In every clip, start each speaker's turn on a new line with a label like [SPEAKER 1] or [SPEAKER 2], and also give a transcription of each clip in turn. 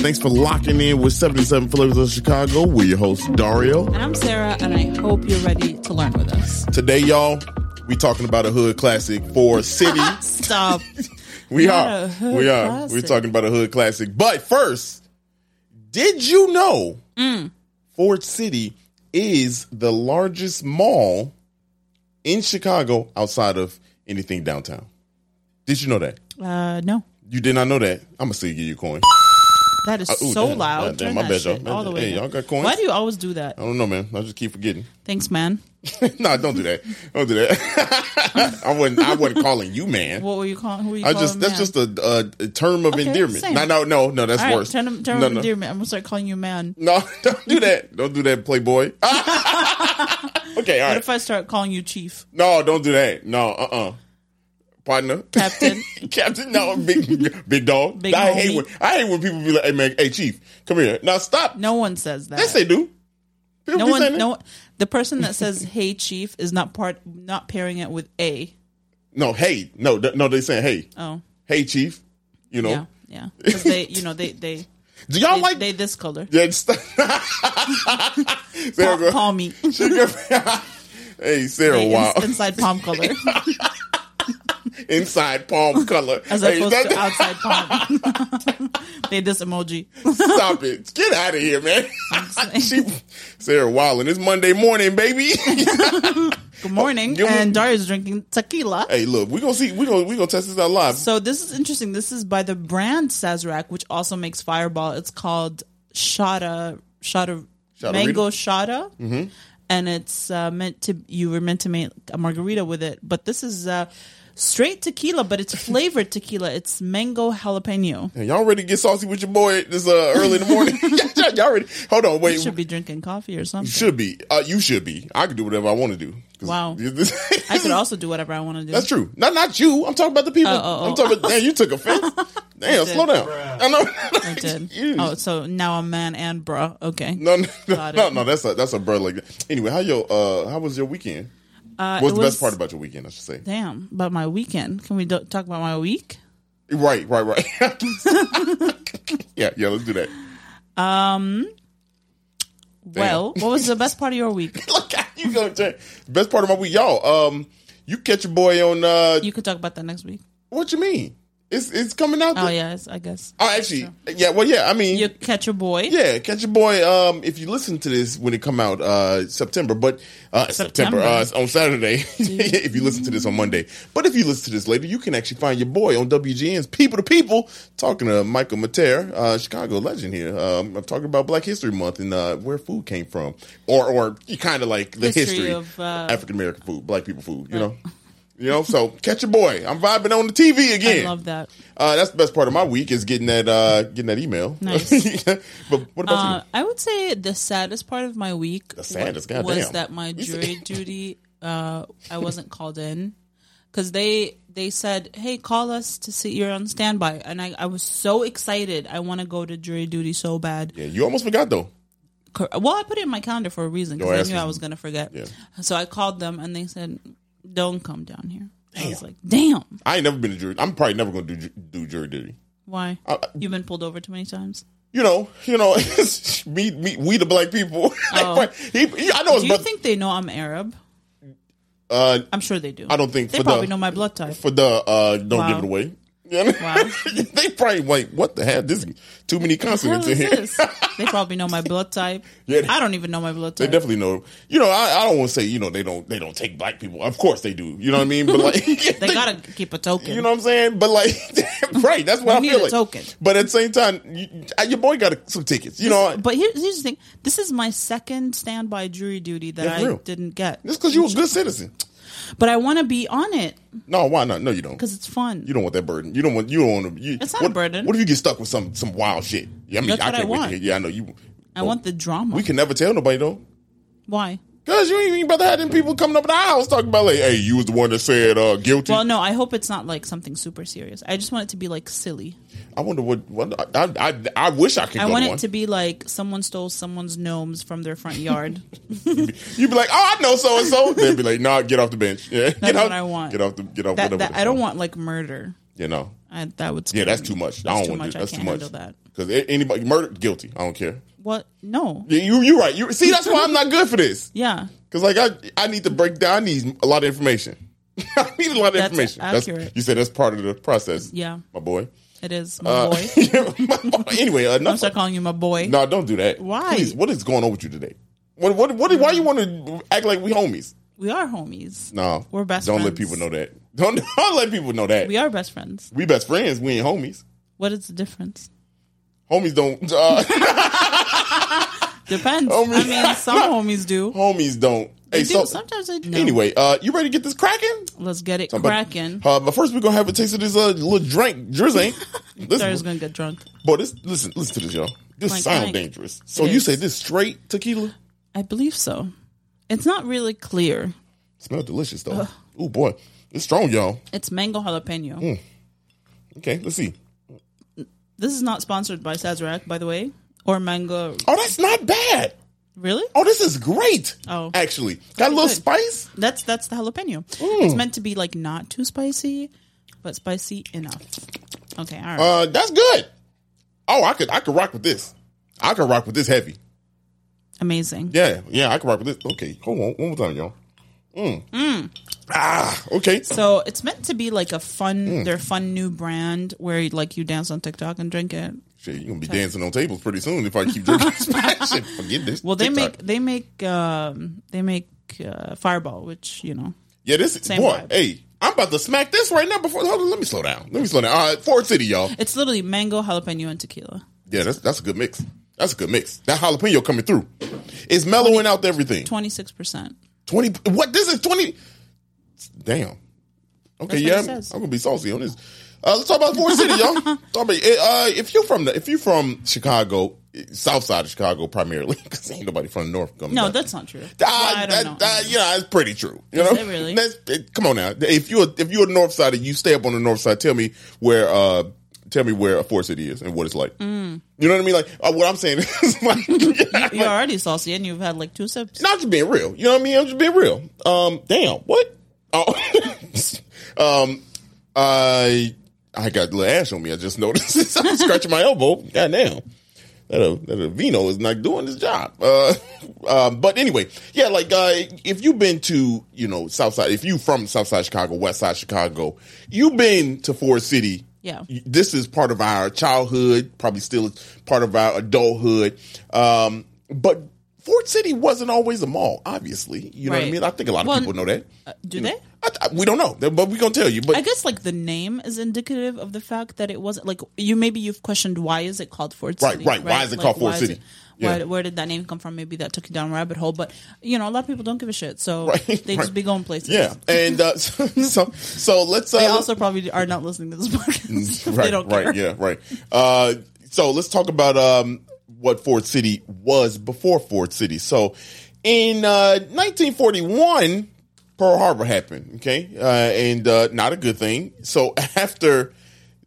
[SPEAKER 1] Thanks for locking in with 77 Flavors of Chicago. We're your hosts, Dario.
[SPEAKER 2] And I'm Sarah, and I hope you're ready to learn with us.
[SPEAKER 1] Today, y'all, we talking about a hood classic for City.
[SPEAKER 2] Stop.
[SPEAKER 1] We
[SPEAKER 2] Not
[SPEAKER 1] are.
[SPEAKER 2] a hood
[SPEAKER 1] We are. We're
[SPEAKER 2] classic.
[SPEAKER 1] talking about a hood classic. But first, did you know
[SPEAKER 2] Mm.
[SPEAKER 1] Ford City is the largest mall in Chicago outside of anything downtown? Did you know that?
[SPEAKER 2] uh, no,
[SPEAKER 1] You did not know that. I'm gonna still give you a coin.
[SPEAKER 2] that is
[SPEAKER 1] Uh, ooh,
[SPEAKER 2] so
[SPEAKER 1] damn.
[SPEAKER 2] loud.
[SPEAKER 1] Uh, damn,
[SPEAKER 2] Turn
[SPEAKER 1] my
[SPEAKER 2] that
[SPEAKER 1] bad,
[SPEAKER 2] shit
[SPEAKER 1] y'all.
[SPEAKER 2] all the way.
[SPEAKER 1] Hey, y'all
[SPEAKER 2] down.
[SPEAKER 1] got coins? Oh.
[SPEAKER 2] Why do you always do that?
[SPEAKER 1] I don't know, man. I just keep forgetting.
[SPEAKER 2] Thanks, man.
[SPEAKER 1] no, don't do that. Don't do that. I wasn't. I wasn't calling you man.
[SPEAKER 2] What were you calling? Who were you
[SPEAKER 1] I
[SPEAKER 2] calling?
[SPEAKER 1] just that's
[SPEAKER 2] man?
[SPEAKER 1] just a, a, a term of
[SPEAKER 2] Okay,
[SPEAKER 1] endearment.
[SPEAKER 2] same.
[SPEAKER 1] No, no, no, no. That's
[SPEAKER 2] All right,
[SPEAKER 1] worse.
[SPEAKER 2] Turn him, turn
[SPEAKER 1] no,
[SPEAKER 2] him
[SPEAKER 1] no.
[SPEAKER 2] dear man. I'm gonna start calling you man.
[SPEAKER 1] No, don't do that. Don't do that, Playboy. okay, all
[SPEAKER 2] What
[SPEAKER 1] right.
[SPEAKER 2] if I start calling you chief,
[SPEAKER 1] no, don't do that. No, uh, uh partner,
[SPEAKER 2] captain?
[SPEAKER 1] captain. No, big, big dog.
[SPEAKER 2] Big
[SPEAKER 1] I
[SPEAKER 2] homie.
[SPEAKER 1] hate when I hate when people be like, "Hey man, hey chief, come here." Now stop.
[SPEAKER 2] no one says that.
[SPEAKER 1] Yes, they do. People
[SPEAKER 2] no
[SPEAKER 1] be saying
[SPEAKER 2] one.
[SPEAKER 1] that.
[SPEAKER 2] No. one- The person that says "Hey, chief" is not part. Not pairing it with a.
[SPEAKER 1] no, hey, no, th- no. They saying, "Hey,
[SPEAKER 2] Oh,
[SPEAKER 1] hey chief," you know.
[SPEAKER 2] yeah, yeah. Because they, you know, they they
[SPEAKER 1] Do y'all
[SPEAKER 2] they,
[SPEAKER 1] like?
[SPEAKER 2] they this color.
[SPEAKER 1] yeah, stop. Sarah,
[SPEAKER 2] Palm,
[SPEAKER 1] go-
[SPEAKER 2] palmy.
[SPEAKER 1] hey Sarah,
[SPEAKER 2] They
[SPEAKER 1] wow.
[SPEAKER 2] ins- inside palm color
[SPEAKER 1] Inside palm color.
[SPEAKER 2] as
[SPEAKER 1] Hey,
[SPEAKER 2] opposed
[SPEAKER 1] that-
[SPEAKER 2] to outside palm. they this emoji.
[SPEAKER 1] Stop it. Get out of here, man. she, Sarah Wallen, it's Monday morning, baby.
[SPEAKER 2] Good morning,
[SPEAKER 1] Give me-
[SPEAKER 2] and Daria's drinking tequila.
[SPEAKER 1] hey, look, we're gonna see, we're gonna we're gonna test this out live.
[SPEAKER 2] So this is interesting. This is by the brand Sazerac, which also makes Fireball. It's called Shada Shada
[SPEAKER 1] Shotterita?
[SPEAKER 2] Mango Shada,
[SPEAKER 1] Mm-hmm.
[SPEAKER 2] and it's uh, meant to. You were meant to make a margarita with it, but this is uh, straight tequila, but it's flavored tequila. It's mango jalapeno.
[SPEAKER 1] And y'all ready to get saucy with your boy this uh, early in the morning? y'all ready? Hold on, wait.
[SPEAKER 2] You should be drinking coffee or something.
[SPEAKER 1] Should be. Uh, you should be. I can do whatever I want to do. 'Cause
[SPEAKER 2] Wow.
[SPEAKER 1] this-
[SPEAKER 2] I could also do whatever I want to do.
[SPEAKER 1] That's true. Not not you. I'm talking about the people.
[SPEAKER 2] Oh, oh, oh.
[SPEAKER 1] I'm talking about. damn, you took offense. Damn, slow down. I know.
[SPEAKER 2] I did.
[SPEAKER 1] You-
[SPEAKER 2] Oh, so now I'm man and bruh. Okay.
[SPEAKER 1] No, no, no,
[SPEAKER 2] Got
[SPEAKER 1] no,
[SPEAKER 2] it.
[SPEAKER 1] no, That's a that's a bro like that. Anyway, how your uh, how was your weekend?
[SPEAKER 2] Uh,
[SPEAKER 1] What's
[SPEAKER 2] it
[SPEAKER 1] the
[SPEAKER 2] was-
[SPEAKER 1] best part about your weekend? I should say.
[SPEAKER 2] Damn, about my weekend. Can we do- talk about my week?
[SPEAKER 1] Right, right, right. yeah, yeah, let's do that.
[SPEAKER 2] Well, what was the best part of your week?
[SPEAKER 1] Look, you gonna turn best part of my week, y'all. Um, you catch your boy on uh,
[SPEAKER 2] You could talk about that next week.
[SPEAKER 1] what you mean? It's it's coming out.
[SPEAKER 2] Oh
[SPEAKER 1] the-
[SPEAKER 2] yes, I guess.
[SPEAKER 1] Oh, actually, yeah. Well, yeah. I mean,
[SPEAKER 2] You catch your boy.
[SPEAKER 1] yeah, catch your boy. Um, if you listen to this when it come out, uh, September, but uh, September,
[SPEAKER 2] September. Mm-hmm.
[SPEAKER 1] uh, on Saturday. if you listen to this on Monday, but if you listen to this later, you can actually find your boy on WGN's People to People talking to Michael Mater, uh, Chicago legend here. Um, I'm talking about Black History Month and uh, where food came from, or or kind of like the history,
[SPEAKER 2] History of, uh,
[SPEAKER 1] African American food, Black people food. You know, you know. So catch your boy. I'm vibing on the TV
[SPEAKER 2] I
[SPEAKER 1] again.
[SPEAKER 2] love that.
[SPEAKER 1] Uh, that's the best part of my week is getting that uh, getting that email.
[SPEAKER 2] Nice.
[SPEAKER 1] but what about
[SPEAKER 2] Uh, I would say the saddest part of my week the
[SPEAKER 1] saddest,
[SPEAKER 2] was,
[SPEAKER 1] goddamn.
[SPEAKER 2] that my
[SPEAKER 1] You said-
[SPEAKER 2] jury duty uh, I wasn't called in because they they said, "Hey, call us to see you're on standby," and I, I was so excited. I want to go to jury duty so bad.
[SPEAKER 1] you? Yeah, you almost forgot though.
[SPEAKER 2] Cor- Well, I put it in my calendar for a reason
[SPEAKER 1] Your
[SPEAKER 2] because
[SPEAKER 1] ass
[SPEAKER 2] I knew
[SPEAKER 1] was-
[SPEAKER 2] I was going to forget.
[SPEAKER 1] Yeah.
[SPEAKER 2] So I called them and they said, "Don't come down here." I was like, "Damn,
[SPEAKER 1] I ain't never been to jury. I'm probably never going to do ju- do jury duty.
[SPEAKER 2] why?
[SPEAKER 1] I- I-
[SPEAKER 2] You've been pulled over too many times."
[SPEAKER 1] You know, you know, me, me, we the black people.
[SPEAKER 2] Oh.
[SPEAKER 1] he, he- I know his
[SPEAKER 2] Do you
[SPEAKER 1] brother.
[SPEAKER 2] think they know I'm Arab?
[SPEAKER 1] uh,
[SPEAKER 2] I'm sure they do.
[SPEAKER 1] I don't think
[SPEAKER 2] they
[SPEAKER 1] for
[SPEAKER 2] probably
[SPEAKER 1] the
[SPEAKER 2] know my blood type.
[SPEAKER 1] for the uh, don't
[SPEAKER 2] Wow.
[SPEAKER 1] give it away. You know?
[SPEAKER 2] Wow.
[SPEAKER 1] they probably like what the hell? This is too many
[SPEAKER 2] What
[SPEAKER 1] consonants in
[SPEAKER 2] is
[SPEAKER 1] here.
[SPEAKER 2] this? They probably know my blood type.
[SPEAKER 1] Yeah, they-
[SPEAKER 2] I don't even know my blood
[SPEAKER 1] They
[SPEAKER 2] type.
[SPEAKER 1] definitely know. You know, I, I don't want to say you know they don't they don't take black people. Of course they do. You know what I mean? But like
[SPEAKER 2] They, gotta keep a token.
[SPEAKER 1] You know what I'm saying? But like, right? That's what
[SPEAKER 2] We
[SPEAKER 1] I
[SPEAKER 2] need
[SPEAKER 1] feel
[SPEAKER 2] a
[SPEAKER 1] like.
[SPEAKER 2] token.
[SPEAKER 1] But at the same time, you, uh, your boy got some tickets. You know,
[SPEAKER 2] but here, here's the thing. This is my second standby jury duty that
[SPEAKER 1] Yeah, for
[SPEAKER 2] I
[SPEAKER 1] real.
[SPEAKER 2] didn't get.
[SPEAKER 1] just because you a good citizen.
[SPEAKER 2] But I want to be on it
[SPEAKER 1] No, why not? No, you don't.
[SPEAKER 2] because it's fun.
[SPEAKER 1] You don't want that burden. You don't want. You don't want to. You,
[SPEAKER 2] It's not a
[SPEAKER 1] what,
[SPEAKER 2] burden.
[SPEAKER 1] What if you get stuck with some some wild shit? Yeah, I mean,
[SPEAKER 2] That's
[SPEAKER 1] I
[SPEAKER 2] what
[SPEAKER 1] can't
[SPEAKER 2] I
[SPEAKER 1] wait
[SPEAKER 2] want.
[SPEAKER 1] to hear. Yeah, I know you.
[SPEAKER 2] I want the drama.
[SPEAKER 1] We can never tell nobody though.
[SPEAKER 2] Why?
[SPEAKER 1] Cause you ain't even about to have them people coming up in our house talking about like, hey, you was the one that said uh, guilty.
[SPEAKER 2] Well, no. I hope it's not like something super serious. I just want it to be like silly.
[SPEAKER 1] I wonder what. what I, I I wish I could.
[SPEAKER 2] I
[SPEAKER 1] go
[SPEAKER 2] want
[SPEAKER 1] to
[SPEAKER 2] it
[SPEAKER 1] one.
[SPEAKER 2] to be like someone stole someone's gnomes from their front yard.
[SPEAKER 1] You'd be like, oh, I know so and so. They'd be like, nah, get off the bench. Yeah, that's get off,
[SPEAKER 2] what I want.
[SPEAKER 1] Get off the get off.
[SPEAKER 2] that,
[SPEAKER 1] whatever
[SPEAKER 2] that
[SPEAKER 1] the
[SPEAKER 2] I don't
[SPEAKER 1] fuck.
[SPEAKER 2] want like murder.
[SPEAKER 1] You know,
[SPEAKER 2] I, that would
[SPEAKER 1] Yeah,
[SPEAKER 2] scare
[SPEAKER 1] that's
[SPEAKER 2] me.
[SPEAKER 1] too much. I
[SPEAKER 2] That's
[SPEAKER 1] don't want
[SPEAKER 2] too
[SPEAKER 1] to
[SPEAKER 2] much.
[SPEAKER 1] do
[SPEAKER 2] I
[SPEAKER 1] That's too
[SPEAKER 2] can't
[SPEAKER 1] much.
[SPEAKER 2] handle that.
[SPEAKER 1] Because anybody murder guilty. I don't care.
[SPEAKER 2] What? No.
[SPEAKER 1] Yeah, you you're right. You see, that's why I'm not good for this.
[SPEAKER 2] Yeah.
[SPEAKER 1] Because like I I need to break down. I need a lot of information. I need a lot of
[SPEAKER 2] That's
[SPEAKER 1] information.
[SPEAKER 2] accurate.
[SPEAKER 1] you said that's part of the process.
[SPEAKER 2] Yeah.
[SPEAKER 1] my boy.
[SPEAKER 2] It is my
[SPEAKER 1] Uh,
[SPEAKER 2] boy.
[SPEAKER 1] my boy. Anyway, uh,
[SPEAKER 2] I'm
[SPEAKER 1] enough.
[SPEAKER 2] start calling you my boy.
[SPEAKER 1] No, don't do that.
[SPEAKER 2] Why?
[SPEAKER 1] Please, what is going on with you today? What what what? Why you want to act like we homies?
[SPEAKER 2] We are homies.
[SPEAKER 1] No,
[SPEAKER 2] We're best
[SPEAKER 1] Don't let
[SPEAKER 2] friends.
[SPEAKER 1] people know that. Don't don't let people know that.
[SPEAKER 2] We are best friends.
[SPEAKER 1] We best friends. We ain't homies.
[SPEAKER 2] What is the difference?
[SPEAKER 1] Homies don't. Uh,
[SPEAKER 2] Depends.
[SPEAKER 1] Homies.
[SPEAKER 2] I mean, some homies do.
[SPEAKER 1] homies don't.
[SPEAKER 2] They
[SPEAKER 1] Hey,
[SPEAKER 2] do.
[SPEAKER 1] so
[SPEAKER 2] Sometimes they do.
[SPEAKER 1] anyway, uh, you ready to get this cracking?
[SPEAKER 2] let's get it
[SPEAKER 1] But-
[SPEAKER 2] cracking.
[SPEAKER 1] Uh, but first, we're gonna have a taste of this uh, little drink, drizzle.
[SPEAKER 2] Sarah's
[SPEAKER 1] Listen,
[SPEAKER 2] gonna get drunk.
[SPEAKER 1] boy, this listen, listen to this, y'all. This
[SPEAKER 2] Like,
[SPEAKER 1] sound
[SPEAKER 2] like-
[SPEAKER 1] dangerous. So
[SPEAKER 2] It
[SPEAKER 1] you
[SPEAKER 2] is.
[SPEAKER 1] say this straight tequila?
[SPEAKER 2] I believe so. It's not really clear.
[SPEAKER 1] Smell delicious though. Ooh boy, it's strong, y'all.
[SPEAKER 2] It's mango jalapeno.
[SPEAKER 1] Mm. Okay, let's see.
[SPEAKER 2] This is not sponsored by Sazerac, by the way, or mango.
[SPEAKER 1] Oh, that's not bad.
[SPEAKER 2] Really?
[SPEAKER 1] Oh, this is great.
[SPEAKER 2] Oh.
[SPEAKER 1] actually, got a little
[SPEAKER 2] good.
[SPEAKER 1] spice.
[SPEAKER 2] That's that's the jalapeno.
[SPEAKER 1] Mm.
[SPEAKER 2] It's meant to be like not too spicy, but spicy enough. Okay, all right.
[SPEAKER 1] Uh, that's good. Oh, I could I could rock with this. I could rock with this heavy.
[SPEAKER 2] Amazing.
[SPEAKER 1] Yeah, yeah, I could rock with this. Okay, hold on, one more time, y'all. Mm.
[SPEAKER 2] Mm.
[SPEAKER 1] Ah, okay.
[SPEAKER 2] So it's meant to be like a fun,
[SPEAKER 1] Mm.
[SPEAKER 2] their fun new brand where like you dance on TikTok and drink it.
[SPEAKER 1] Shit, you're gonna be dancing on tables pretty soon if I keep drinking this bad shit. Forget this.
[SPEAKER 2] Well, they
[SPEAKER 1] TikTok.
[SPEAKER 2] make they make um, they make uh, Fireball, which you know.
[SPEAKER 1] yeah, this is
[SPEAKER 2] same
[SPEAKER 1] boy.
[SPEAKER 2] vibe.
[SPEAKER 1] Hey, I'm about to smack this right now. Before hold on, let me slow down. Let me slow down. All right, Ford City, y'all.
[SPEAKER 2] It's literally mango, jalapeno, and tequila.
[SPEAKER 1] Yeah, that's that's a good mix. That's a good mix. That jalapeno coming through. It's mellowing out everything.
[SPEAKER 2] Twenty six percent.
[SPEAKER 1] Twenty. What? This is twenty. Damn. Okay,
[SPEAKER 2] That's what
[SPEAKER 1] yeah,
[SPEAKER 2] it
[SPEAKER 1] I'm,
[SPEAKER 2] says.
[SPEAKER 1] I'm gonna be saucy on this. Uh, let's talk about Ford City, y'all. Talk about, uh, if you're from the, if you're from Chicago, eh, south side of Chicago primarily, because ain't nobody from the north coming.
[SPEAKER 2] No,
[SPEAKER 1] down.
[SPEAKER 2] that's not true.
[SPEAKER 1] Uh,
[SPEAKER 2] Well, I
[SPEAKER 1] that,
[SPEAKER 2] don't know.
[SPEAKER 1] that- yeah, it's pretty true. You know,
[SPEAKER 2] it really?
[SPEAKER 1] That's- it- come on now. If you're if you're a north sider, you stay up on the north side. Tell me where. uh Tell me where a Ford City is and what it's like.
[SPEAKER 2] Mm.
[SPEAKER 1] You know what I mean? Like uh, what I'm saying is like,
[SPEAKER 2] You're already saucy, and you've had like two sips.
[SPEAKER 1] not just being real. You know what I mean? I'm just being real. Um, damn, what? Oh, um, I I got a little ash on me. I just noticed. I'm scratching my elbow. Goddamn. That a, that a vino is not doing his job. Uh, um, but anyway, yeah, like uh, if you've been to you know Southside, if you from Southside Chicago, West Side Chicago, you've been to Forest City.
[SPEAKER 2] Yeah.
[SPEAKER 1] this is part of our childhood, probably still part of our adulthood. Um, but Fort City wasn't always a mall, obviously. You know what I
[SPEAKER 2] Right.
[SPEAKER 1] mean? I think a lot of
[SPEAKER 2] Well,
[SPEAKER 1] people know that.
[SPEAKER 2] Uh, do they?
[SPEAKER 1] I, I, we don't know, but we're gonna tell you. But
[SPEAKER 2] I guess like the name is indicative of the fact that it wasn't like you. Maybe you've questioned why is it called Ford
[SPEAKER 1] Right,
[SPEAKER 2] City?
[SPEAKER 1] right. Why is it called Ford
[SPEAKER 2] why is
[SPEAKER 1] City?
[SPEAKER 2] it-
[SPEAKER 1] Yeah.
[SPEAKER 2] Why, where did that name come from? Maybe that took you down a rabbit hole. But you know, a lot of people don't give a shit, so
[SPEAKER 1] Right,
[SPEAKER 2] they
[SPEAKER 1] right.
[SPEAKER 2] just be going places.
[SPEAKER 1] yeah, and uh, so, so so let's. Uh,
[SPEAKER 2] They also probably are not listening to this podcast.
[SPEAKER 1] Mm, right,
[SPEAKER 2] they don't
[SPEAKER 1] right,
[SPEAKER 2] care.
[SPEAKER 1] yeah, right. Uh, so let's talk about um, what Fort City was before Fort City. So in uh, 1941, Pearl Harbor happened. Okay, uh, and uh, not a good thing. So after.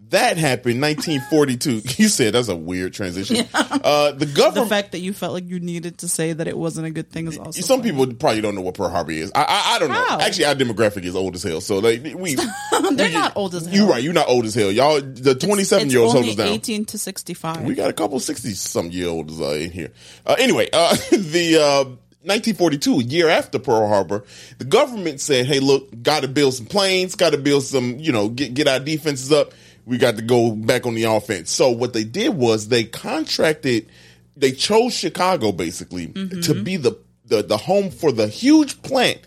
[SPEAKER 1] That happened 1942. You said that's a weird transition. Uh, the
[SPEAKER 2] The
[SPEAKER 1] government
[SPEAKER 2] fact that you felt like you needed to say that it wasn't a good thing is also
[SPEAKER 1] Some people probably don't know what Pearl Harbor is. I I, I don't
[SPEAKER 2] How?
[SPEAKER 1] know. Actually, our demographic is old as hell. So like we,
[SPEAKER 2] they're not old as hell.
[SPEAKER 1] you right. You're not old as hell. Y'all, the 27
[SPEAKER 2] It's
[SPEAKER 1] year olds hold
[SPEAKER 2] only
[SPEAKER 1] us down.
[SPEAKER 2] eighteen to sixty five.
[SPEAKER 1] We got a couple 60 some year olds uh, in here. Uh, anyway, uh, the uh, 1942, a year after Pearl Harbor, the government said, hey, look, got to build some planes, got to build some, you know, get, get our defenses up. We got to go back on the offense. So what they did was they contracted, they chose Chicago basically to
[SPEAKER 2] Mm-hmm.
[SPEAKER 1] be the, the, the home for the huge plant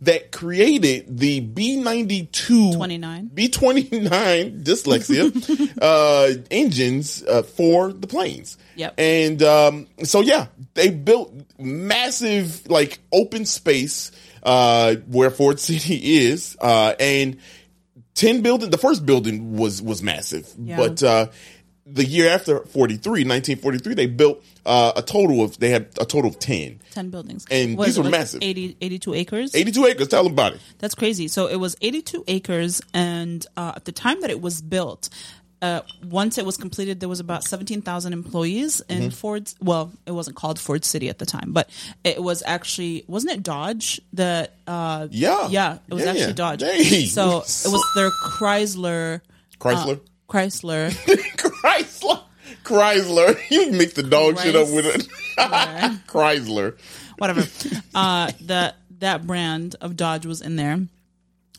[SPEAKER 1] that created the B 92
[SPEAKER 2] 29.
[SPEAKER 1] B twenty nine dyslexia uh, engines uh, for the planes.
[SPEAKER 2] Yep.
[SPEAKER 1] And um, so yeah, they built massive like open space uh, where Ford City is, uh, and ten building. The first building was was massive,
[SPEAKER 2] Yeah.
[SPEAKER 1] but uh, the year after 43, 1943, they built uh, a total of they had a total of ten.
[SPEAKER 2] Ten buildings,
[SPEAKER 1] And
[SPEAKER 2] What
[SPEAKER 1] these
[SPEAKER 2] is it,
[SPEAKER 1] were
[SPEAKER 2] like
[SPEAKER 1] massive.
[SPEAKER 2] 80, 82 acres.
[SPEAKER 1] 82 acres, tell them about it.
[SPEAKER 2] That's crazy. So it was 82 acres, and uh, at the time that it was built, uh, once it was completed, there was about 17,000 employees in Ford. Well, it wasn't called Ford City at the time, but it was actually wasn't it Dodge that? Uh,
[SPEAKER 1] Oh, Yeah.
[SPEAKER 2] yeah, it was actually Dodge.
[SPEAKER 1] Dang.
[SPEAKER 2] So it was their Chrysler.
[SPEAKER 1] Chrysler.
[SPEAKER 2] Chrysler.
[SPEAKER 1] Chrysler. Chrysler. You mix the dog shit up with it. Chrysler.
[SPEAKER 2] whatever. Uh, the that brand of Dodge was in there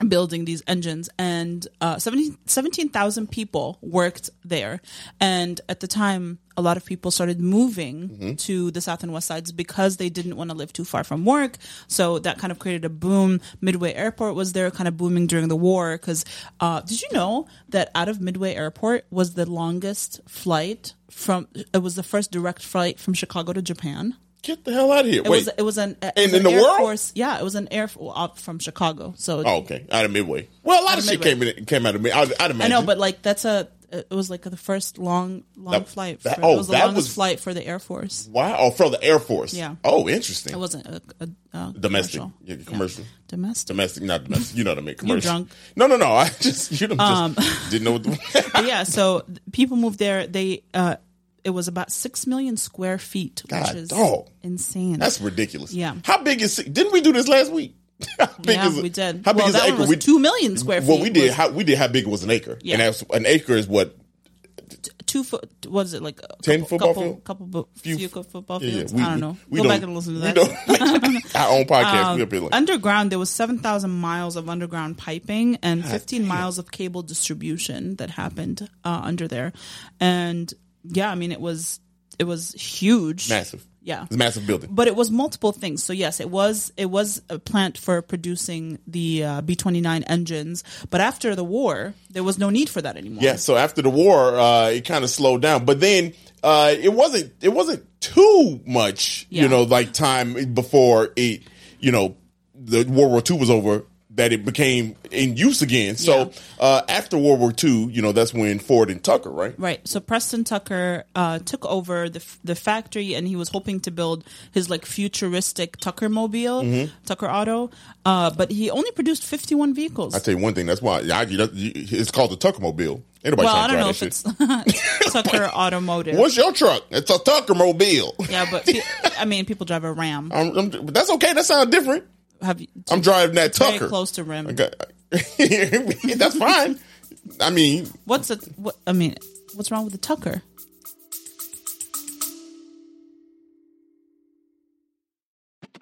[SPEAKER 2] building these engines, and uh, 70 17,000 people worked there. And at the time, a lot of people started moving to the south and west sides because they didn't want to live too far from work. So that kind of created a boom. Midway Airport was there, kind of booming during the war. Because uh, did you know that out of Midway Airport was the longest flight from? It was the first direct flight from Chicago to Japan.
[SPEAKER 1] Get the hell out of here.
[SPEAKER 2] It
[SPEAKER 1] Wait.
[SPEAKER 2] was it was an it
[SPEAKER 1] And
[SPEAKER 2] was
[SPEAKER 1] in
[SPEAKER 2] an
[SPEAKER 1] the
[SPEAKER 2] Air
[SPEAKER 1] world?
[SPEAKER 2] Force. Yeah, it was an air well, out from Chicago. So
[SPEAKER 1] oh, okay. Out of Midway. Well, a lot of,
[SPEAKER 2] of
[SPEAKER 1] shit
[SPEAKER 2] Midway.
[SPEAKER 1] came in, came out of me. I'd, I'd imagine.
[SPEAKER 2] I know, but like that's a it was like the first long long
[SPEAKER 1] That-
[SPEAKER 2] flight. For,
[SPEAKER 1] that- oh,
[SPEAKER 2] it was the
[SPEAKER 1] that
[SPEAKER 2] longest
[SPEAKER 1] was-
[SPEAKER 2] flight for the Air Force.
[SPEAKER 1] wow. Oh, from the Air Force.
[SPEAKER 2] Yeah.
[SPEAKER 1] Oh, interesting.
[SPEAKER 2] It wasn't a, a, a
[SPEAKER 1] domestic.
[SPEAKER 2] commercial.
[SPEAKER 1] Yeah, commercial.
[SPEAKER 2] domestic.
[SPEAKER 1] Domestic, not domestic. You know what I mean. Commercial.
[SPEAKER 2] drunk. Um,
[SPEAKER 1] No, no, no. I just you know just didn't know what the
[SPEAKER 2] But yeah, so th- people moved there. They uh, it was about six million square feet,
[SPEAKER 1] God,
[SPEAKER 2] which is
[SPEAKER 1] dog.
[SPEAKER 2] insane.
[SPEAKER 1] That's ridiculous.
[SPEAKER 2] Yeah.
[SPEAKER 1] How big is didn't we do this last week? How big
[SPEAKER 2] yeah,
[SPEAKER 1] is a-
[SPEAKER 2] we did.
[SPEAKER 1] How big
[SPEAKER 2] well,
[SPEAKER 1] is
[SPEAKER 2] that
[SPEAKER 1] an
[SPEAKER 2] one
[SPEAKER 1] acre?
[SPEAKER 2] was
[SPEAKER 1] we,
[SPEAKER 2] two million square feet.
[SPEAKER 1] well, we did
[SPEAKER 2] was
[SPEAKER 1] how we did how big was an acre,
[SPEAKER 2] Yeah.
[SPEAKER 1] and that's, an acre is what
[SPEAKER 2] two foot. What is it like? A
[SPEAKER 1] 10
[SPEAKER 2] couple,
[SPEAKER 1] football
[SPEAKER 2] couple,
[SPEAKER 1] field?
[SPEAKER 2] couple, bo-
[SPEAKER 1] Few-
[SPEAKER 2] few, co- football
[SPEAKER 1] yeah, yeah,
[SPEAKER 2] fields.
[SPEAKER 1] we-
[SPEAKER 2] I don't
[SPEAKER 1] we-
[SPEAKER 2] know.
[SPEAKER 1] we
[SPEAKER 2] Go
[SPEAKER 1] don't-
[SPEAKER 2] back and listen to that. Um,
[SPEAKER 1] we don't- our own podcast. we up here like,
[SPEAKER 2] underground there was 7000 miles of underground piping and 15 miles of cable distribution that happened uh, under there and yeah i mean it was it was huge
[SPEAKER 1] massive.
[SPEAKER 2] yeah
[SPEAKER 1] It's a massive building.
[SPEAKER 2] but it was multiple things so yes it was it was a plant for producing the uh, b29 engines but after the war there was no need for that anymore
[SPEAKER 1] Yeah. So after the war, uh, it kind of slowed down, but then uh, it wasn't it wasn't too much,
[SPEAKER 2] Yeah.
[SPEAKER 1] you know, like time before it, you know, the World War II was over that it became in use again. So uh, after World War II, you know, that's when Ford and Tucker, right?
[SPEAKER 2] Right. So Preston Tucker uh, took over the f- the factory, and he was hoping to build his like futuristic Tucker Mobile,
[SPEAKER 1] Mm-hmm.
[SPEAKER 2] Tucker Auto. Uh, but he only produced fifty one vehicles.
[SPEAKER 1] I tell you one thing. That's why I, you know, you- it's called the Tuckermobile. Anybody
[SPEAKER 2] well, I
[SPEAKER 1] trying to
[SPEAKER 2] don't
[SPEAKER 1] drive
[SPEAKER 2] know
[SPEAKER 1] that
[SPEAKER 2] if
[SPEAKER 1] shit?
[SPEAKER 2] it's Tucker Automotive.
[SPEAKER 1] What's your truck? It's a Tuckermobile.
[SPEAKER 2] yeah, but pe- I mean, people drive a Ram.
[SPEAKER 1] I'm, I'm, but that's okay. That sounds different.
[SPEAKER 2] Have you,
[SPEAKER 1] I'm driving that
[SPEAKER 2] very
[SPEAKER 1] Tucker.
[SPEAKER 2] close to Ram.
[SPEAKER 1] Okay. that's fine. I mean,
[SPEAKER 2] What's a what? I mean, what's wrong with the Tucker?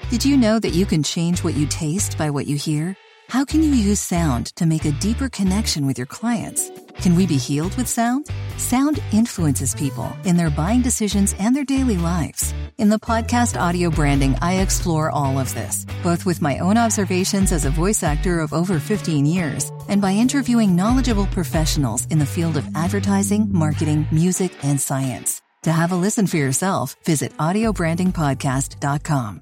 [SPEAKER 3] Did you know that you can change what you taste by what you hear? How can you use sound to make a deeper connection with your clients? Can we be healed with sound? Sound influences people in their buying decisions and their daily lives. In the podcast Audio Branding, I explore all of this, both with my own observations as a voice actor of over 15 years and by interviewing knowledgeable professionals in the field of advertising, marketing, music, and science. To have a listen for yourself, visit audiobrandingpodcast.com.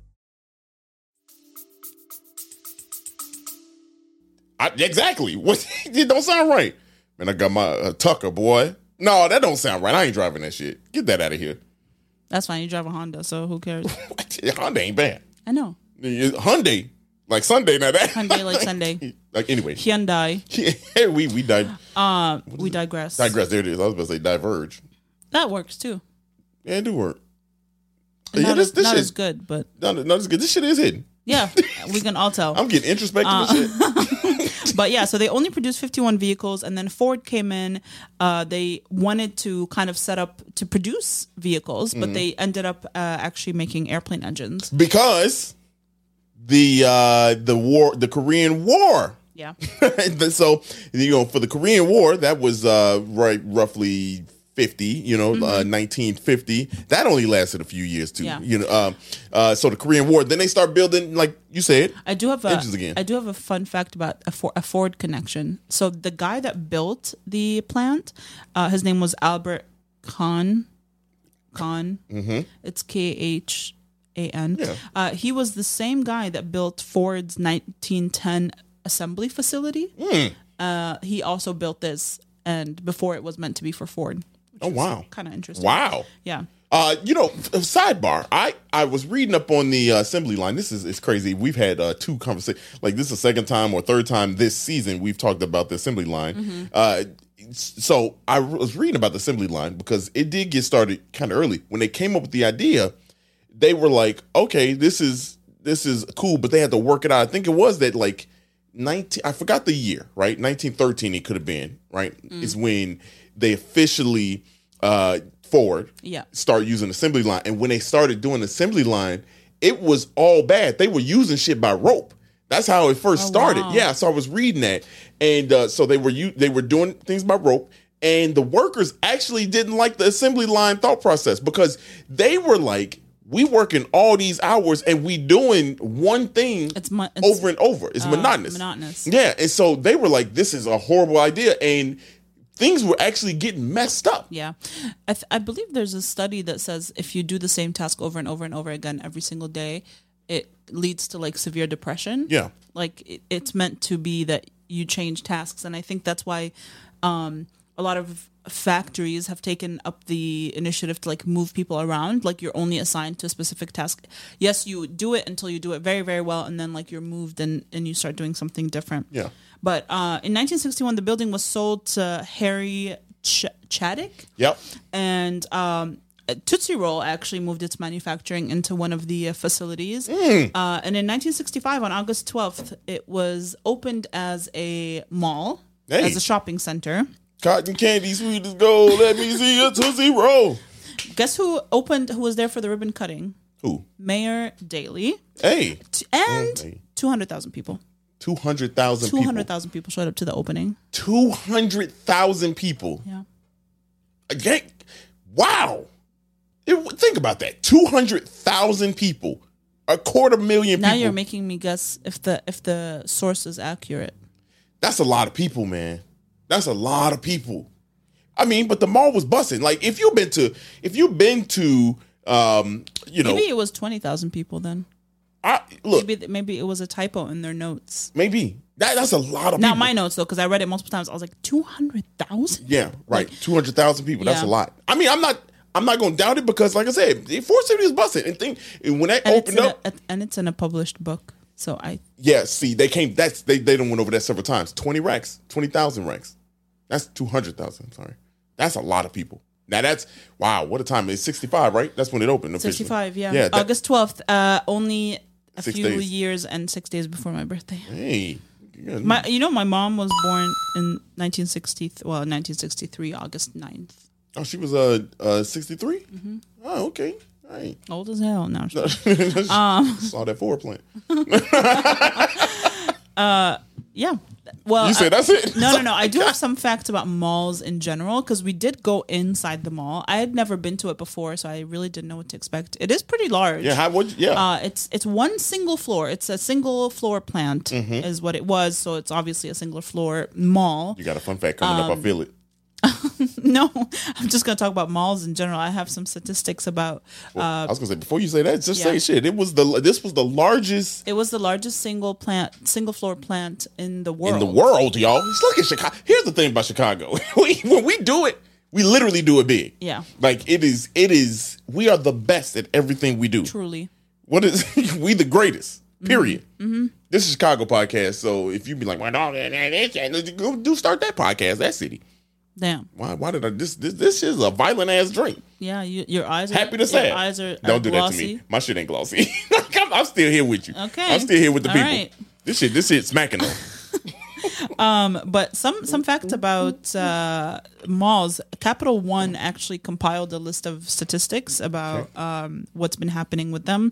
[SPEAKER 1] I, exactly. What it don't sound right. Man, I got my uh, Tucker boy. No, that don't sound right. I ain't driving that shit. Get that out of here.
[SPEAKER 2] That's fine. You drive a Honda, so who cares?
[SPEAKER 1] Hyundai ain't bad.
[SPEAKER 2] I know
[SPEAKER 1] Hyundai, like Sunday. Now that
[SPEAKER 2] Hyundai like Sunday.
[SPEAKER 1] Like anyway,
[SPEAKER 2] Hyundai. Uh,
[SPEAKER 1] yeah, we we di-
[SPEAKER 2] We digress.
[SPEAKER 1] digress. There it is. I was about to say diverge.
[SPEAKER 2] That works too.
[SPEAKER 1] Yeah, it do work.
[SPEAKER 2] Not,
[SPEAKER 1] yeah, this
[SPEAKER 2] as,
[SPEAKER 1] this
[SPEAKER 2] not
[SPEAKER 1] shit,
[SPEAKER 2] as good, but
[SPEAKER 1] No, no, no, this, good. this shit is hidden.
[SPEAKER 2] Yeah, we can all tell.
[SPEAKER 1] I'm getting introspective
[SPEAKER 2] Uh.
[SPEAKER 1] and shit.
[SPEAKER 2] but yeah, so they only produced 51 vehicles, and then Ford came in. Uh, they wanted to kind of set up to produce vehicles, but they ended up uh, actually making airplane engines.
[SPEAKER 1] because the uh the war the Korean War.
[SPEAKER 2] Yeah,
[SPEAKER 1] so you know for the Korean War that was uh right roughly 50 you know uh, 1950 that only lasted a few years too
[SPEAKER 2] Mm-hmm. Yeah.
[SPEAKER 1] you know um uh so the Korean War then they start building like you said
[SPEAKER 2] I do have a
[SPEAKER 1] Engines again.
[SPEAKER 2] I do have a fun fact about a, For- a Ford connection. So the guy that built the plant, uh, his name was Albert Kahn. Kahn. Mm-hmm. It's K H A N. Uh, he was the same guy that built Ford's 1910 assembly facility. Uh, he also built this, and before it was meant to be for Ford.
[SPEAKER 1] oh wow
[SPEAKER 2] Kind of interesting.
[SPEAKER 1] wow
[SPEAKER 2] Yeah.
[SPEAKER 1] Uh, you know, f- sidebar. I I was reading up on the uh, assembly line. This is it's crazy. We've had uh, two conversations. Like this is the second time or third time this season we've talked about the assembly line. Uh, s- so I re- was reading about the assembly line because it did get started kind of early when they came up with the idea. They were like, okay, this is this is cool, but they had to work it out. I think it was that
[SPEAKER 2] Mm.
[SPEAKER 1] like nineteen. I forgot the year. Right, nineteen thirteen. It could have been right. Is when they officially uh, forward
[SPEAKER 2] Yeah.
[SPEAKER 1] start using assembly line. And when they started doing assembly line, it was all bad. They were using shit by rope. That's how it first started.
[SPEAKER 2] Oh, wow.
[SPEAKER 1] Yeah, so I was reading that, and uh, so they were you they were doing things by rope, and the workers actually didn't like the assembly line thought process because they were like, "We working all these hours and we doing one thing
[SPEAKER 2] It's mon- it's,
[SPEAKER 1] over and over. It's monotonous.
[SPEAKER 2] monotonous.
[SPEAKER 1] Yeah, and so they were like, "This is a horrible idea," and things were actually getting messed up.
[SPEAKER 2] Yeah, I, th- I believe there's a study that says if you do the same task over and over and over again every single day, it leads to like severe depression.
[SPEAKER 1] Yeah.
[SPEAKER 2] like it, it's meant to be that you change tasks, and I think that's why um, a lot of factories have taken up the initiative to like move people around. Like you're only assigned to a specific task. Yes, you do it until you do it very very well, and then like you're moved and and you start doing something different.
[SPEAKER 1] Yeah.
[SPEAKER 2] But uh, in 1961, the building was sold to Harry Ch- Chaddick,
[SPEAKER 1] Yep.
[SPEAKER 2] and um, Tootsie Roll actually moved its manufacturing into one of the uh, facilities.
[SPEAKER 1] Mm.
[SPEAKER 2] Uh, and in 1965, on August 12th, it was opened as a mall,
[SPEAKER 1] Hey.
[SPEAKER 2] as a shopping center.
[SPEAKER 1] Cotton candy, sweet as gold. Let me see your tootsie roll.
[SPEAKER 2] Guess who opened? Who was there for the ribbon cutting?
[SPEAKER 1] Who?
[SPEAKER 2] Mayor Daley,
[SPEAKER 1] Hey,
[SPEAKER 2] T- and
[SPEAKER 1] Daley.
[SPEAKER 2] 200,000 people.
[SPEAKER 1] two hundred thousand people.
[SPEAKER 2] 200,000 people showed up to the opening.
[SPEAKER 1] Two hundred thousand people.
[SPEAKER 2] Yeah.
[SPEAKER 1] Again, wow. It- think about that. Two hundred thousand people. A quarter million
[SPEAKER 2] Now
[SPEAKER 1] people.
[SPEAKER 2] you're making me guess if the if the source is accurate.
[SPEAKER 1] That's a lot of people, man. That's a lot of people. I mean, but the mall was busting. Like if you've been to if you've been to um, you know,
[SPEAKER 2] Maybe it was twenty thousand people then.
[SPEAKER 1] I look,
[SPEAKER 2] Maybe maybe it was a typo in their notes.
[SPEAKER 1] maybe. That that's a lot of
[SPEAKER 2] Not
[SPEAKER 1] people.
[SPEAKER 2] my notes though, because I read it multiple times. I was like two hundred thousand.
[SPEAKER 1] Yeah, right. Two hundred thousand people. That's
[SPEAKER 2] Yeah.
[SPEAKER 1] a lot. I mean, I'm not. I'm not gonna doubt it because, like I said, the Four City is busting. And think and when that
[SPEAKER 2] And it's,
[SPEAKER 1] opened
[SPEAKER 2] in a,
[SPEAKER 1] up,
[SPEAKER 2] and it's in a published book, so I
[SPEAKER 1] yeah. See, they came. That's they. They done went over that several times. Twenty racks, twenty thousand racks. That's two hundred thousand. Sorry, that's a lot of people. Now that's wow. What a time! It's sixty five, right? That's when it opened. officially.
[SPEAKER 2] sixty five. Yeah,
[SPEAKER 1] Yeah. that-
[SPEAKER 2] August twelfth. Uh, only a
[SPEAKER 1] Six
[SPEAKER 2] few
[SPEAKER 1] days.
[SPEAKER 2] years and six days before my birthday.
[SPEAKER 1] Hey. yeah,
[SPEAKER 2] My, you know, my mom was born in nineteen sixty. Well, nineteen sixty three, August 9th.
[SPEAKER 1] oh, she was uh uh sixty
[SPEAKER 2] Mm-hmm.
[SPEAKER 1] Oh, okay. All right.
[SPEAKER 2] Old as hell now. Um.
[SPEAKER 1] Saw that forward plan.
[SPEAKER 2] Yeah. Well,
[SPEAKER 1] You
[SPEAKER 2] I-
[SPEAKER 1] said that's it.
[SPEAKER 2] No, no, no. I do have some facts about malls in general because we did go inside the mall. I had never been to it before, so I really didn't know what to expect. It is pretty large.
[SPEAKER 1] Yeah. How would? Yeah.
[SPEAKER 2] Uh, it's it's one single floor. It's a single floor plant,
[SPEAKER 1] Mm-hmm.
[SPEAKER 2] is what it was. So it's obviously a single floor mall.
[SPEAKER 1] you got a fun fact coming
[SPEAKER 2] um,
[SPEAKER 1] up. I feel it.
[SPEAKER 2] No, I'm just gonna talk about malls in general. I have some statistics about. Uh,
[SPEAKER 1] I was gonna say before you say that, just
[SPEAKER 2] yeah.
[SPEAKER 1] say shit. It was the this was the largest
[SPEAKER 2] it was the largest single plant, single floor plant in the world.
[SPEAKER 1] in the world, y'all. Just Look at Chicago. Here's the thing about Chicago: we, when we do it, we literally do it big.
[SPEAKER 2] Yeah.
[SPEAKER 1] like it is. It is. We are the best at everything we do.
[SPEAKER 2] Truly.
[SPEAKER 1] What is we the greatest?
[SPEAKER 2] Mm-hmm.
[SPEAKER 1] Period. This is Chicago podcast. So if you be like, well, no, that- that- that- go do start that podcast. That city.
[SPEAKER 2] Damn.
[SPEAKER 1] Why? Why did I? This this this is a violent ass drink.
[SPEAKER 2] Yeah. You, your eyes. Are,
[SPEAKER 1] Happy to
[SPEAKER 2] your
[SPEAKER 1] say.
[SPEAKER 2] Eyes are, are
[SPEAKER 1] Don't do
[SPEAKER 2] glossy.
[SPEAKER 1] that to me. My shit ain't glossy. I'm, I'm still here with you.
[SPEAKER 2] Okay.
[SPEAKER 1] I'm still here with the
[SPEAKER 2] All
[SPEAKER 1] people.
[SPEAKER 2] right.
[SPEAKER 1] This shit, this shit smacking them.
[SPEAKER 2] but some some facts about uh, malls. Capital One actually compiled a list of statistics about um, what's been happening with them.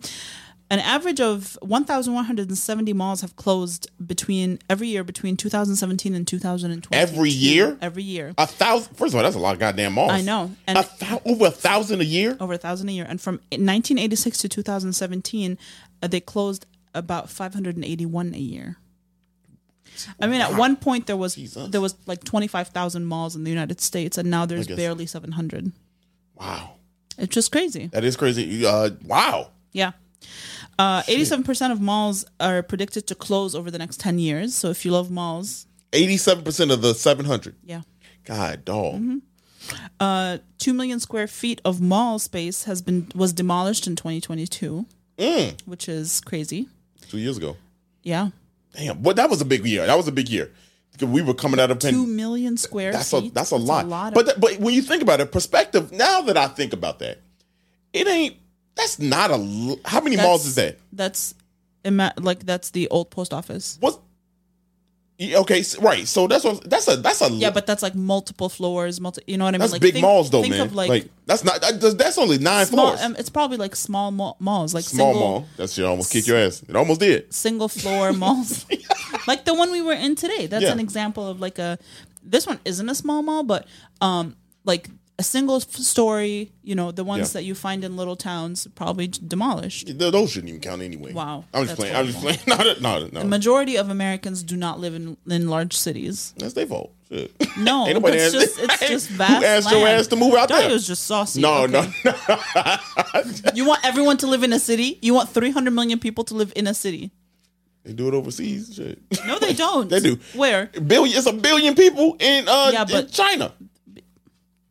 [SPEAKER 2] An average of 1,170 malls have closed between every year between 2017 and 2020.
[SPEAKER 1] Every year?
[SPEAKER 2] Every year.
[SPEAKER 1] A thousand. First of all, that's a lot of goddamn malls.
[SPEAKER 2] I know.
[SPEAKER 1] And
[SPEAKER 2] And- Oh.
[SPEAKER 1] a thou, over a thousand a year.
[SPEAKER 2] over a thousand a year. And from 1986 to 2017, uh, they closed about 581 a year. I mean, at one point there was
[SPEAKER 1] Jesus.
[SPEAKER 2] there was like 25,000 malls in the United States, and now there's
[SPEAKER 1] guess.
[SPEAKER 2] barely 700.
[SPEAKER 1] Wow,
[SPEAKER 2] It's just crazy.
[SPEAKER 1] that is crazy. Uh, wow.
[SPEAKER 2] Yeah. Uh, 87% of malls are predicted to close over the next 10 years. So if you love malls,
[SPEAKER 1] Eighty-seven percent of the seven hundred.
[SPEAKER 2] yeah.
[SPEAKER 1] God, dog.
[SPEAKER 2] Mm-hmm. Uh, 2 million square feet of mall space has been was demolished in 2022,
[SPEAKER 1] Mm.
[SPEAKER 2] which is crazy.
[SPEAKER 1] Two years ago.
[SPEAKER 2] Yeah.
[SPEAKER 1] Damn. But that was a big year. That was a big year. We were coming out of pen-
[SPEAKER 2] 2 million square
[SPEAKER 1] that's
[SPEAKER 2] feet.
[SPEAKER 1] a that's a
[SPEAKER 2] It's
[SPEAKER 1] lot.
[SPEAKER 2] of-
[SPEAKER 1] but that- but when you think about it, perspective. Now that I think about that, it ain't. That's not a. l- How many malls
[SPEAKER 2] That's-
[SPEAKER 1] is that?
[SPEAKER 2] That's ima- like that's the old post office.
[SPEAKER 1] What? Yeah, okay, s- right. So that's what that's a that's a
[SPEAKER 2] Yeah, but that's like multiple floors, multi. You know what I mean?
[SPEAKER 1] that's
[SPEAKER 2] like
[SPEAKER 1] big
[SPEAKER 2] think-
[SPEAKER 1] malls though,
[SPEAKER 2] think
[SPEAKER 1] man.
[SPEAKER 2] Of
[SPEAKER 1] like,
[SPEAKER 2] like,
[SPEAKER 1] that's not that- that's only nine
[SPEAKER 2] small.
[SPEAKER 1] floors.
[SPEAKER 2] Um, it's probably like small ma- malls, like
[SPEAKER 1] Small
[SPEAKER 2] single,
[SPEAKER 1] mall. That shit almost kicked your ass. It almost did.
[SPEAKER 2] single floor malls, like the one we were in today. That's
[SPEAKER 1] Yeah.
[SPEAKER 2] an example of like a. This one isn't a small mall, but um, like a single f- story. You know, the ones
[SPEAKER 1] Yeah.
[SPEAKER 2] that you find in little towns probably j- demolished.
[SPEAKER 1] Th- Those shouldn't even count anyway.
[SPEAKER 2] Wow,
[SPEAKER 1] I'm just
[SPEAKER 2] that's
[SPEAKER 1] playing. I'm just playing. No, no, no, no.
[SPEAKER 2] The majority of Americans do not live in, in large cities.
[SPEAKER 1] that's their fault. Shit.
[SPEAKER 2] No,
[SPEAKER 1] Ain't nobody
[SPEAKER 2] it's
[SPEAKER 1] asked-
[SPEAKER 2] just it's just
[SPEAKER 1] Who
[SPEAKER 2] vast
[SPEAKER 1] asked your
[SPEAKER 2] land.
[SPEAKER 1] ass to move out there?
[SPEAKER 2] Dario's just saucy.
[SPEAKER 1] No,
[SPEAKER 2] Okay.
[SPEAKER 1] no, no.
[SPEAKER 2] You want everyone to live in a city? You want 300 million people to live in a city?
[SPEAKER 1] They do it overseas. Shit.
[SPEAKER 2] No, they don't.
[SPEAKER 1] They do.
[SPEAKER 2] Where?
[SPEAKER 1] Billion. It's a billion people in uh
[SPEAKER 2] Yeah,
[SPEAKER 1] in
[SPEAKER 2] but-
[SPEAKER 1] China.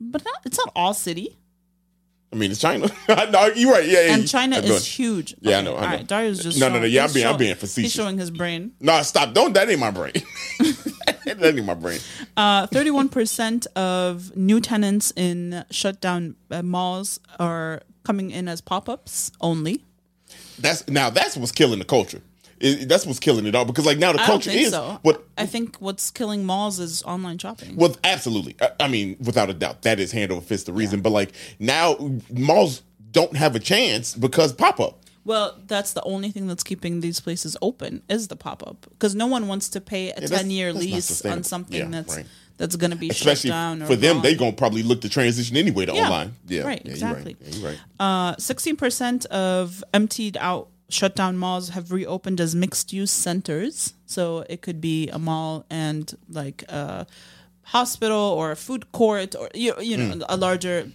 [SPEAKER 2] But not, it's not all city.
[SPEAKER 1] I mean, it's China. no, you're right. Yeah, yeah,
[SPEAKER 2] And
[SPEAKER 1] you-
[SPEAKER 2] China
[SPEAKER 1] I'm
[SPEAKER 2] is
[SPEAKER 1] doing-
[SPEAKER 2] huge.
[SPEAKER 1] Yeah, I know, I know.
[SPEAKER 2] right, Dario's just
[SPEAKER 1] No, no, no,
[SPEAKER 2] showing-
[SPEAKER 1] yeah, I'm
[SPEAKER 2] he's
[SPEAKER 1] being- I'm
[SPEAKER 2] showing-
[SPEAKER 1] being facetious.
[SPEAKER 2] He's showing his brain.
[SPEAKER 1] No, stop. Don't. That ain't my brain. that ain't my brain.
[SPEAKER 2] Uh, 31% of new tenants in shutdown uh, malls are coming in as pop-ups only.
[SPEAKER 1] That's now. That's what's killing the culture. It, that's what's killing it all. Because like now the
[SPEAKER 2] I don't
[SPEAKER 1] culture
[SPEAKER 2] think
[SPEAKER 1] is.
[SPEAKER 2] so.
[SPEAKER 1] But
[SPEAKER 2] I think what's killing malls is online shopping.
[SPEAKER 1] well, absolutely. I, I mean, without a doubt, that is hand over fist the reason. But like now, malls don't have a chance because pop up.
[SPEAKER 2] Well, that's the only thing that's keeping these places open is the pop up because no one wants to pay a
[SPEAKER 1] that's-
[SPEAKER 2] ten year
[SPEAKER 1] that's not
[SPEAKER 2] lease
[SPEAKER 1] sustainable.
[SPEAKER 2] on something
[SPEAKER 1] Yeah,
[SPEAKER 2] that's
[SPEAKER 1] right.
[SPEAKER 2] that's going to be
[SPEAKER 1] Especially
[SPEAKER 2] shut down. Or
[SPEAKER 1] for them, they gonna probably look to transition anyway to
[SPEAKER 2] Yeah,
[SPEAKER 1] online. Yeah,
[SPEAKER 2] right,
[SPEAKER 1] yeah,
[SPEAKER 2] exactly. Um,
[SPEAKER 1] You're right. Yeah, you're right.
[SPEAKER 2] Uh, sixteen percent of emptied out shut down malls have reopened as mixed use centers. So it could be a mall and like a hospital or a food court or you, you know
[SPEAKER 1] Mm.
[SPEAKER 2] a larger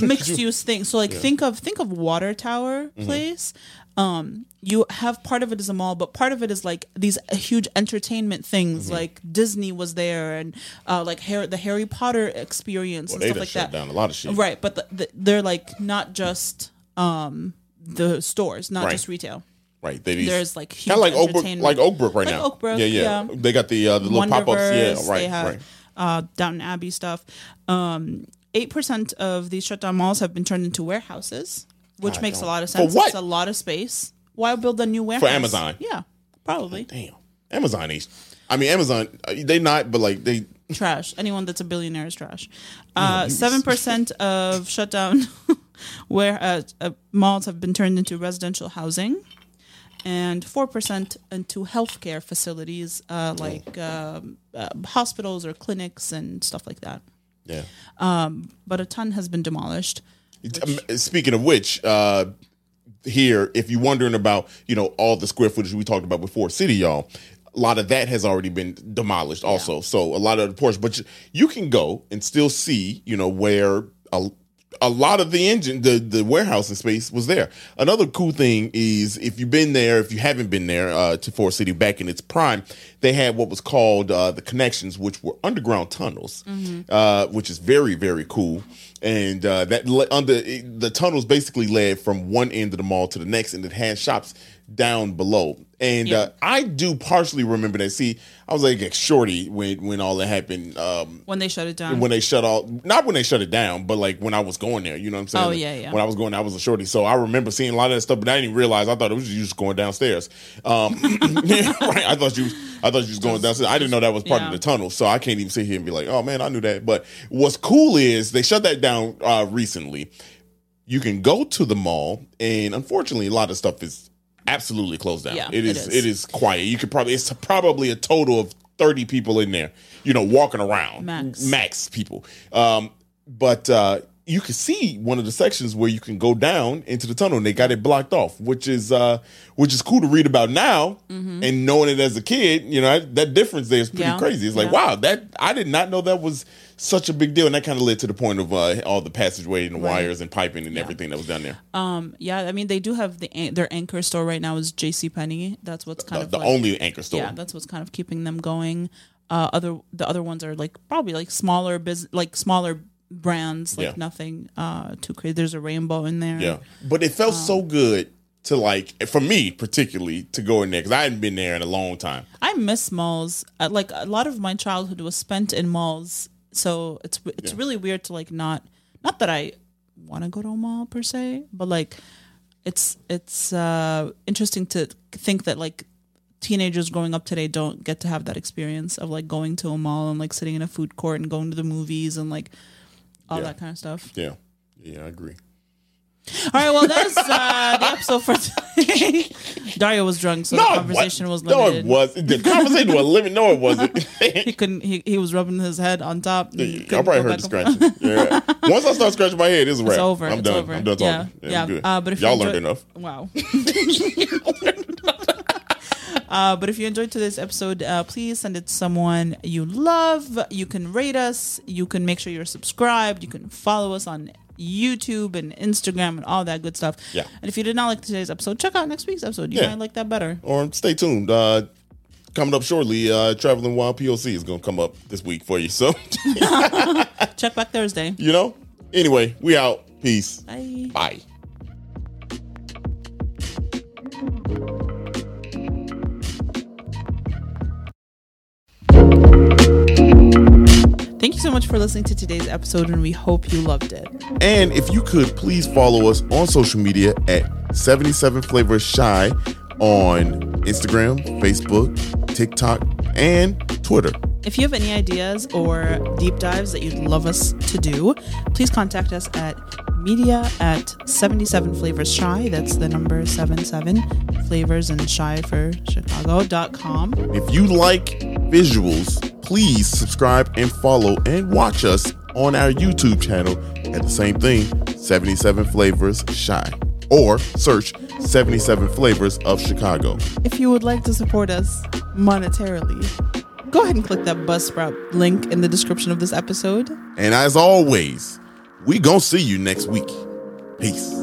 [SPEAKER 2] mixed use thing. So like think of think of water tower
[SPEAKER 1] Mm-hmm.
[SPEAKER 2] place. Um, you have part of it is a mall, but part of it is like these huge entertainment things.
[SPEAKER 1] Mm-hmm.
[SPEAKER 2] Like Disney was there, and uh, like Harry, the Harry Potter experience
[SPEAKER 1] Well,
[SPEAKER 2] and
[SPEAKER 1] they
[SPEAKER 2] stuff
[SPEAKER 1] done
[SPEAKER 2] like
[SPEAKER 1] shut
[SPEAKER 2] that.
[SPEAKER 1] down a lot of shit.
[SPEAKER 2] Right, but the, the, they're like not just um the stores, not
[SPEAKER 1] Right.
[SPEAKER 2] just retail.
[SPEAKER 1] Right. They
[SPEAKER 2] There's, like, huge
[SPEAKER 1] kind of like Oakbrook,
[SPEAKER 2] entertainment.
[SPEAKER 1] like Oakbrook right
[SPEAKER 2] Like
[SPEAKER 1] now.
[SPEAKER 2] Oakbrook,
[SPEAKER 1] yeah, yeah,
[SPEAKER 2] yeah.
[SPEAKER 1] They got the uh, the little pop ups.
[SPEAKER 2] Wonderverse,
[SPEAKER 1] Yeah, right,
[SPEAKER 2] they have
[SPEAKER 1] right.
[SPEAKER 2] uh, Downton Abbey stuff. Um, eight percent of these shutdown malls have been turned into warehouses, which makes a lot of sense.
[SPEAKER 1] what?
[SPEAKER 2] It's a lot of space. Why build a new warehouse
[SPEAKER 1] Amazon.
[SPEAKER 2] Yeah, probably
[SPEAKER 1] Damn, Amazon ain't. I mean, Amazon uh, they not, but like they
[SPEAKER 2] trash. Anyone that's a billionaire is trash. Uh, Seven percent of shutdown where uh, uh, malls have been turned into residential housing, and four percent into healthcare facilities uh,
[SPEAKER 1] Oh.
[SPEAKER 2] like um uh, hospitals or clinics and stuff like that.
[SPEAKER 1] yeah.
[SPEAKER 2] But a ton has been demolished.
[SPEAKER 1] Um, Speaking of which, uh, here if you're wondering about you know all the square footage we talked about before, city y'all. A lot of that has already been demolished, also. So a lot of the portion, but you, you can go and still see, you know, where a, a lot of the engine, the the warehousing space was there. Another cool thing is if you've been there, if you haven't been there uh, to Forest City back in its prime, they had what was called uh, the connections, which were underground tunnels, uh, which is very very cool. And uh, that le- under it- the tunnels basically led from one end of the mall to the next, and it had shops down below. And
[SPEAKER 2] Yeah.
[SPEAKER 1] uh, I do partially remember that. See, I was like shorty when when all that happened. Um,
[SPEAKER 2] When they shut it down,
[SPEAKER 1] when they shut all not when they shut it down, but like when I was going there, you know what I'm saying?
[SPEAKER 2] Oh, yeah, yeah.
[SPEAKER 1] When I was going, I was a shorty, so I remember seeing a lot of that stuff, but I didn't even realize. I thought it was just, you just going downstairs. Um, yeah, right? I thought you, I thought you was going downstairs. I didn't know that was part of
[SPEAKER 2] yeah.
[SPEAKER 1] the tunnel, so I can't even sit here and be like, oh man, I knew that. But what's cool is they shut that down uh, recently. You can go to the mall, and unfortunately, a lot of stuff is absolutely closed down.
[SPEAKER 2] Yeah,
[SPEAKER 1] it is,
[SPEAKER 2] it
[SPEAKER 1] it
[SPEAKER 2] is.
[SPEAKER 1] is quiet. You could probably, it's probably a total of. 30 people in there, you know, walking around
[SPEAKER 2] Max.
[SPEAKER 1] max people. Um, but uh, you can see one of the sections where you can go down into the tunnel, and they got it blocked off, which is uh, which is cool to read about now. And knowing it as a kid, you know that, that difference there is pretty
[SPEAKER 2] Mm-hmm. Yeah.
[SPEAKER 1] crazy. It's like
[SPEAKER 2] Yeah.
[SPEAKER 1] wow, that I did not know that was such a big deal, and that kind of led to the point of uh, all the passageway and the
[SPEAKER 2] Right. Uh,
[SPEAKER 1] wires and piping and everything that was down there.
[SPEAKER 2] yeah, I mean they do have the an- their anchor store right now is J.C. Penney. That's what's kind
[SPEAKER 1] the
[SPEAKER 2] of
[SPEAKER 1] the
[SPEAKER 2] like-
[SPEAKER 1] only anchor store.
[SPEAKER 2] yeah, that's what's kind of keeping them going. Uh, other the other ones are like probably like smaller biz like smaller brands, like
[SPEAKER 1] Yeah.
[SPEAKER 2] nothing uh too crazy. There's a rainbow in there.
[SPEAKER 1] Yeah, but it felt so
[SPEAKER 2] Um,
[SPEAKER 1] good to like for me particularly to go in there because I hadn't been there in a long time.
[SPEAKER 2] I miss malls. Uh, like a lot of my childhood was spent in malls, so it's it's really weird to like not not that I want to go to a mall per se, but like it's it's uh interesting to think that like teenagers growing up today don't get to have that experience of like going to a mall and like sitting in a food court and going to the movies and like all
[SPEAKER 1] Yeah.
[SPEAKER 2] that kind of stuff.
[SPEAKER 1] Yeah. Yeah, I agree.
[SPEAKER 2] All right, well that's uh, the episode for today. Dario was drunk, so the
[SPEAKER 1] it
[SPEAKER 2] conversation was
[SPEAKER 1] wasn't.
[SPEAKER 2] limited.
[SPEAKER 1] No, it was. The conversation was limited. No, it wasn't.
[SPEAKER 2] He couldn't. He, he was rubbing his head on top. and
[SPEAKER 1] I
[SPEAKER 2] couldn't
[SPEAKER 1] probably
[SPEAKER 2] go
[SPEAKER 1] heard the
[SPEAKER 2] back and-
[SPEAKER 1] scratching. Yeah. Once I start scratching my head, it's a wrap.
[SPEAKER 2] It's over.
[SPEAKER 1] I'm
[SPEAKER 2] it's
[SPEAKER 1] done.
[SPEAKER 2] Over.
[SPEAKER 1] I'm done talking.
[SPEAKER 2] Yeah, yeah.
[SPEAKER 1] I'm good.
[SPEAKER 2] Uh, but if you
[SPEAKER 1] y'all
[SPEAKER 2] enjoy-
[SPEAKER 1] learned enough,
[SPEAKER 2] wow. uh, but if you enjoyed today's episode, uh, please send it to someone you love. You can rate us. You can make sure you're subscribed. You can follow us on YouTube and Instagram and all that good stuff.
[SPEAKER 1] Yeah.
[SPEAKER 2] And if you did not like today's episode, check out next week's episode. You
[SPEAKER 1] Yeah.
[SPEAKER 2] might like that better.
[SPEAKER 1] or stay tuned. Uh, coming up shortly, uh, Traveling Wild POC is going to come up this week for you. So,
[SPEAKER 2] Check back Thursday.
[SPEAKER 1] you know, anyway, we out. Peace.
[SPEAKER 2] Bye.
[SPEAKER 1] Bye.
[SPEAKER 2] Thank you so much for listening to today's episode, and we hope you loved it.
[SPEAKER 1] And if you could please follow us on social media at 77 Flavors Shy on Instagram, Facebook, TikTok, and Twitter.
[SPEAKER 2] If you have any ideas or deep dives that you'd love us to do, please contact us at media at 77 flavors shy. That's the number 77 flavors and shy for Chicago.com.
[SPEAKER 1] If you like visuals, please subscribe and follow and watch us on our YouTube channel at the same thing, 77 Flavors Shy. Or search 77 Flavors of Chicago.
[SPEAKER 2] If you would like to support us monetarily, go ahead and click that Buzzsprout link in the description of this episode.
[SPEAKER 1] And as always, we gonna see you next week. Peace.